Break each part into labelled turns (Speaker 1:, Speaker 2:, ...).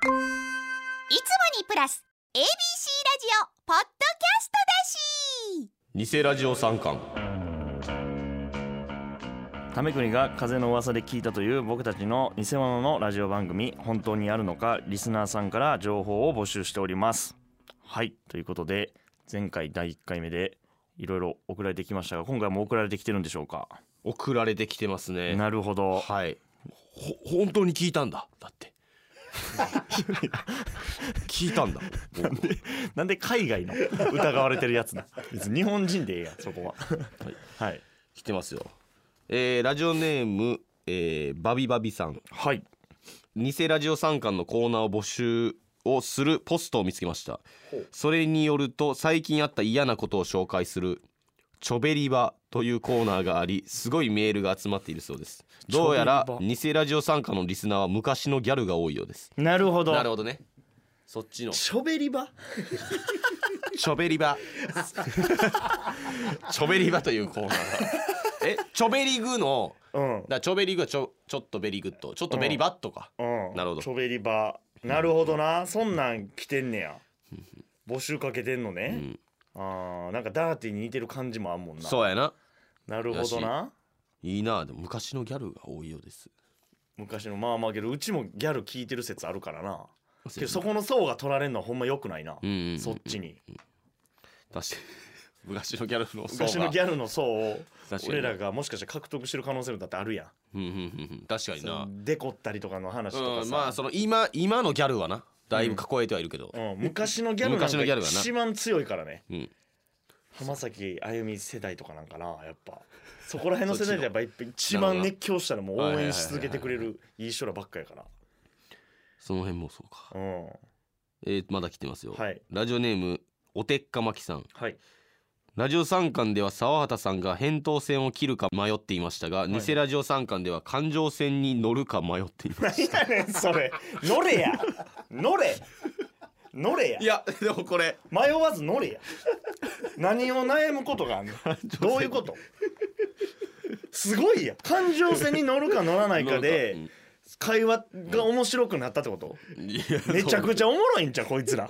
Speaker 1: いつもにプラス ABC ラジオポッドキャストだし
Speaker 2: 偽ラジオ三冠
Speaker 3: ためくにが風の噂で聞いたという僕たちの偽物のラジオ番組本当にあるのかリスナーさんから情報を募集しておりますはいということで前回第1回目でいろいろ送られてきましたが今回も送られてきてるんでしょうか
Speaker 2: 送られてきてますね
Speaker 3: なるほど
Speaker 2: はいほ本当に聞いたんだだって聞いたんだ僕
Speaker 3: なんで海外の疑われてるやつだ 別に日本人でええやんそこは
Speaker 2: はい
Speaker 3: はい
Speaker 2: 来てますよえーラジオネーム、えーバビバビさん
Speaker 3: はい
Speaker 2: 偽ラジオ三冠のコーナーを募集をするポストを見つけましたそれによると最近あった嫌なことを紹介するチョベリバというコーナーがありすごいメールが集まっているそうですどうやら
Speaker 3: チョベ
Speaker 2: 偽ラジオ参加のリスナーは昔のギャルが多いようです
Speaker 3: なるほど
Speaker 2: なるほどねそっちの
Speaker 4: しょべり場
Speaker 2: チョベリバ チョベリバというコー ナーえチョベリグの
Speaker 3: うん
Speaker 2: だからチョベリグはちょちょっとベリグッドちょっとベリバッとか、
Speaker 3: うん
Speaker 2: なるほど
Speaker 3: チョベリバなるほどなそんなん来てんねや募集かけてんの
Speaker 2: う
Speaker 3: ね、
Speaker 2: ん
Speaker 3: ああーなんかダーティーに似てる感じもあんもんな
Speaker 2: そうやな
Speaker 3: なるほどな。
Speaker 2: いいなでも昔のギャルが多いようです
Speaker 3: 昔のまあまあけどうちもギャル聞いてる説あるからな。けどそこの層が取られるのはほんま良くないな。
Speaker 2: うんうんうん
Speaker 3: そっちに
Speaker 2: 確かに 昔のギャルの層が
Speaker 3: 昔のギャルの層を
Speaker 2: 確かに
Speaker 3: 俺らがもしかしたら獲得してる可能性もだってあるやん
Speaker 2: うんうんうんうん確かに
Speaker 3: そ
Speaker 2: な
Speaker 3: のデコったりとかの話とか
Speaker 2: う
Speaker 3: さ、
Speaker 2: んまあその今今のギャルはなだいぶ囲えてはいるけど、
Speaker 3: うん昔のギャルなん
Speaker 2: 昔のギャル
Speaker 3: か
Speaker 2: がな
Speaker 3: 一番強いからね
Speaker 2: うん
Speaker 3: 浜崎あゆみ世代とかなんかなやっぱそこら辺の世代でやっぱ 一番熱狂したらもう応援し続けてくれるいい人らばっかやから
Speaker 2: その辺もそうか
Speaker 3: うん
Speaker 2: えーまだ来てますよ、
Speaker 3: はい
Speaker 2: ラジオネームおてっかまきさん
Speaker 3: はい
Speaker 2: ラジオ三冠では沢畑さんが扁桃腺を切るか迷っていましたが、
Speaker 3: い
Speaker 2: 偽ラジオ三冠では環状線に乗るか迷っていま
Speaker 3: 何やねんそれ乗れや乗れ乗れや
Speaker 2: す いやでもこれ
Speaker 3: 迷わず乗れや何を悩むこと があんのどういうことすごいや感情線に乗るか乗らないかで会話が面白くなったってことめちゃくちゃおもろいんじゃうこいつら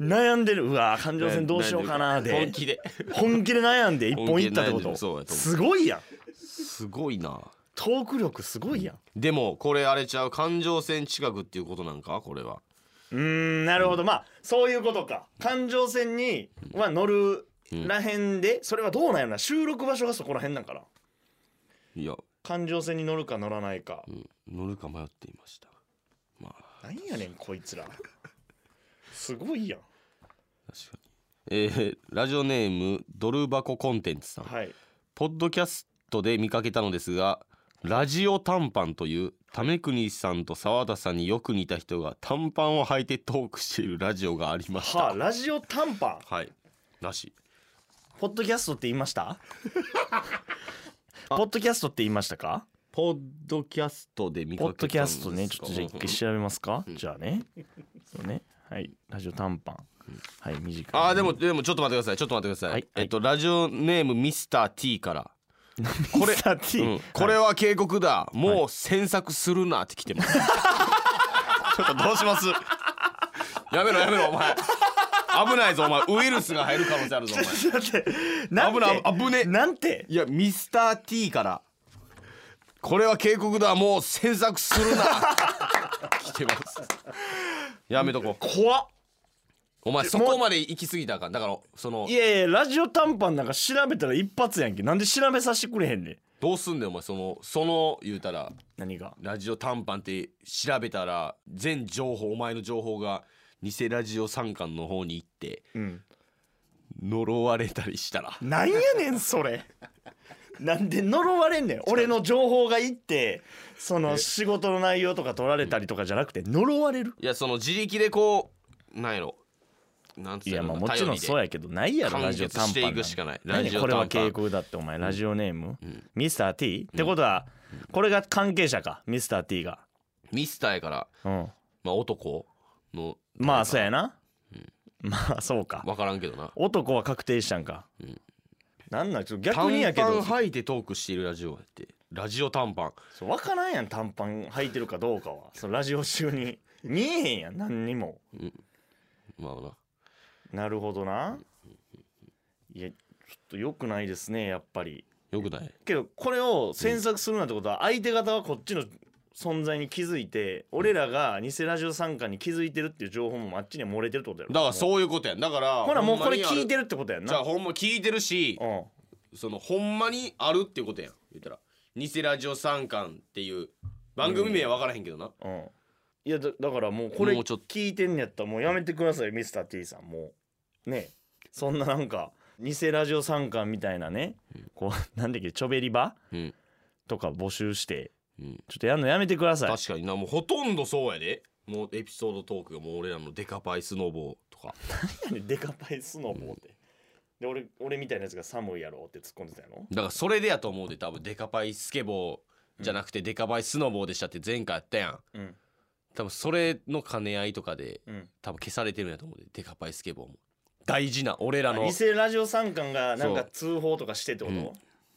Speaker 3: 悩んでるうわ感情線どうしようかなで
Speaker 2: 本 気で
Speaker 3: 本気で悩んで一本いったって
Speaker 2: 本気で悩
Speaker 3: こ
Speaker 2: んでるそうやと思う
Speaker 3: とすごいやん
Speaker 2: すごいな
Speaker 3: トーク力すごいやん
Speaker 2: でもこれあれちゃう環状線近くっていうことなんかこれは
Speaker 3: うーんなるほど、まあそういうことか環状線には乗るらへんで、それはどうなんやろな収録場所がそこらへんなんかない
Speaker 2: や
Speaker 3: 環状線に乗るか乗らないか、
Speaker 2: うん乗るか迷っていましたまあ
Speaker 3: なんやねんこいつらすごいやん
Speaker 2: 確かにえーラジオネームドル箱コンテンツさん、
Speaker 3: はい
Speaker 2: ポッドキャストで見かけたのですがラジオ短パンという為国さんと澤田さんによく似た人が短パンを履いてトークしているラジオがありました
Speaker 3: はあラジオ短パン
Speaker 2: はいらしい
Speaker 3: ポッドキャストって言いました ポッドキャストって言いましたか
Speaker 2: ポッドキャストで見か
Speaker 3: ポ
Speaker 2: け
Speaker 3: ッドキャストね、ちょっとじゃあ一回調べますか。
Speaker 2: ん
Speaker 3: じゃあね。そうね。はい。ラジオ短パン。はい、短い。
Speaker 2: あーでも、でもちょっと待ってくださいちょっと待ってください、
Speaker 3: はい
Speaker 2: えっとラジオネームミスター T から
Speaker 3: これ、
Speaker 2: うんこれは警告だ、もう詮索するなって来て ます、ちょっとどうしますやめろやめろお前危ないぞお前ウイルスが入る可能性あるぞお前
Speaker 3: だって、なん
Speaker 2: 危ない
Speaker 3: て、
Speaker 2: 危ねえ
Speaker 3: なんて、
Speaker 2: いやミスター T からこれは警告だもう詮索するな来てますやめとこう
Speaker 3: 怖っ。
Speaker 2: お前そこまで行き過ぎたらあかんだからその
Speaker 3: いやいや、ラジオ短パンなんか調べたら一発やんけ。なんで調べさせてくれへんねん。
Speaker 2: どうすんねんお前そのその言うたら
Speaker 3: 何が。
Speaker 2: ラジオ短パンって調べたら全情報お前の情報が偽ラジオ三冠の方に行って
Speaker 3: うん。
Speaker 2: 呪われたりしたら
Speaker 3: なんやねん、それ。なんで呪われんねん俺の情報がいってその仕事の内容とか取られたりとかじゃなくて呪われる
Speaker 2: いやその自力でこうなんやろなんつ
Speaker 3: い
Speaker 2: った
Speaker 3: や
Speaker 2: ら
Speaker 3: まあもちろんそうやけどないやろ
Speaker 2: 完
Speaker 3: ラジオ
Speaker 2: 結
Speaker 3: 短
Speaker 2: し
Speaker 3: パン
Speaker 2: て
Speaker 3: ないんて
Speaker 2: くしかない
Speaker 3: 何
Speaker 2: ラジオ
Speaker 3: これは
Speaker 2: 短パ
Speaker 3: 警
Speaker 2: ン
Speaker 3: 告だってお前ラジオネーム、ミスター T、ってことはこれが関係者かミスター T が、
Speaker 2: ミスターやから
Speaker 3: うん、
Speaker 2: まあ男の
Speaker 3: まあそうやな、まあそうか
Speaker 2: 分からんけどな
Speaker 3: 男は確定したんか、
Speaker 2: ん
Speaker 3: なんなんちょっと
Speaker 2: 短
Speaker 3: 逆にやけ
Speaker 2: パン
Speaker 3: ど
Speaker 2: 履いてトークしているラジオやってラジオ短パン
Speaker 3: そう分からんやん短パン履いてるかどうかはそのラジオ中に見えへんやん何にも
Speaker 2: まあな
Speaker 3: なるほどないやちょっと良くないですねやっぱり
Speaker 2: よくない
Speaker 3: けどこれを詮索するなんてことは相手方はこっちの存在に気づいて俺らが偽ラジオ参加に気づいてるっていう情報もあっちには漏れてるってことやろ
Speaker 2: だから
Speaker 3: う
Speaker 2: そういうことやんだから
Speaker 3: ほらもうこれ聞いて
Speaker 2: る
Speaker 3: るってことやん
Speaker 2: じゃ
Speaker 3: な
Speaker 2: あほんま聞いてるし
Speaker 3: うん
Speaker 2: そのほんまにあるっていうことやん言ったら「偽ラジオ三冠」っていう番組名は分からへんけどな、
Speaker 3: うんいやだだからもうこれ
Speaker 2: もうちょっと
Speaker 3: 聞いてんやったらもうやめてくださいミスター t さんもうねえそんななんか偽ラジオ参観みたいなねこう なんだっけちょべり場
Speaker 2: うん
Speaker 3: とか募集して
Speaker 2: うん
Speaker 3: ちょっとやんのやめてください
Speaker 2: 確かになもうほとんどそうやでもうエピソードトークがもう俺らのデカパイスノボーとか
Speaker 3: 何やね んデカパイスノボーってで俺俺みたいなやつが寒いやろって突っ込んでたやろ
Speaker 2: だからそれでやと思うで多分デカパイスケボーじゃなくてデカパイスノボーでしたって前回やったやん
Speaker 3: うん
Speaker 2: 多分それの兼ね合いとかで
Speaker 3: うん
Speaker 2: 多分消されてるんやと思うでデカパイスケボーも大事な俺らの
Speaker 3: 偽ラジオ参観がなんか
Speaker 2: そう
Speaker 3: 通報とかしてってこと、
Speaker 2: うん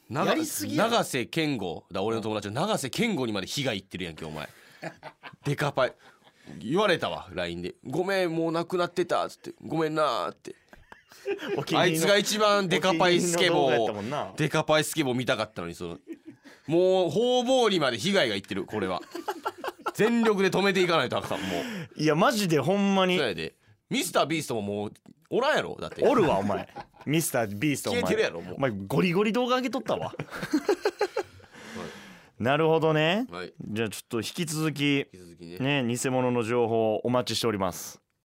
Speaker 2: 長
Speaker 3: やりすぎやろ
Speaker 2: 永瀬健吾だ俺の友達の永瀬健吾にまで被害いってるやんけお前デカパイ言われたわ LINE で「ごめんもうなくなってた」っつって「ごめんな」って
Speaker 3: お気に
Speaker 2: あ
Speaker 3: 入
Speaker 2: い
Speaker 3: り
Speaker 2: つ
Speaker 3: の
Speaker 2: が一番デカパイスケボ
Speaker 3: お気に入りの動画やったもんな
Speaker 2: ーをデカパイスケボー見たかったのにそのもう方々にまで被害がいってるこれは全力で止めていかないとあかんもう
Speaker 3: いやマジでほんまに
Speaker 2: そうやでミスタービーストももうおらんやろだって
Speaker 3: おるわお前ミスタービーストお前
Speaker 2: 消えてるやろもう
Speaker 3: お前ゴリゴリ動画上げとったわなるほどね
Speaker 2: はい
Speaker 3: じゃあちょっと引き続き
Speaker 2: 引き続きね
Speaker 3: ね偽物の情報お待ちしております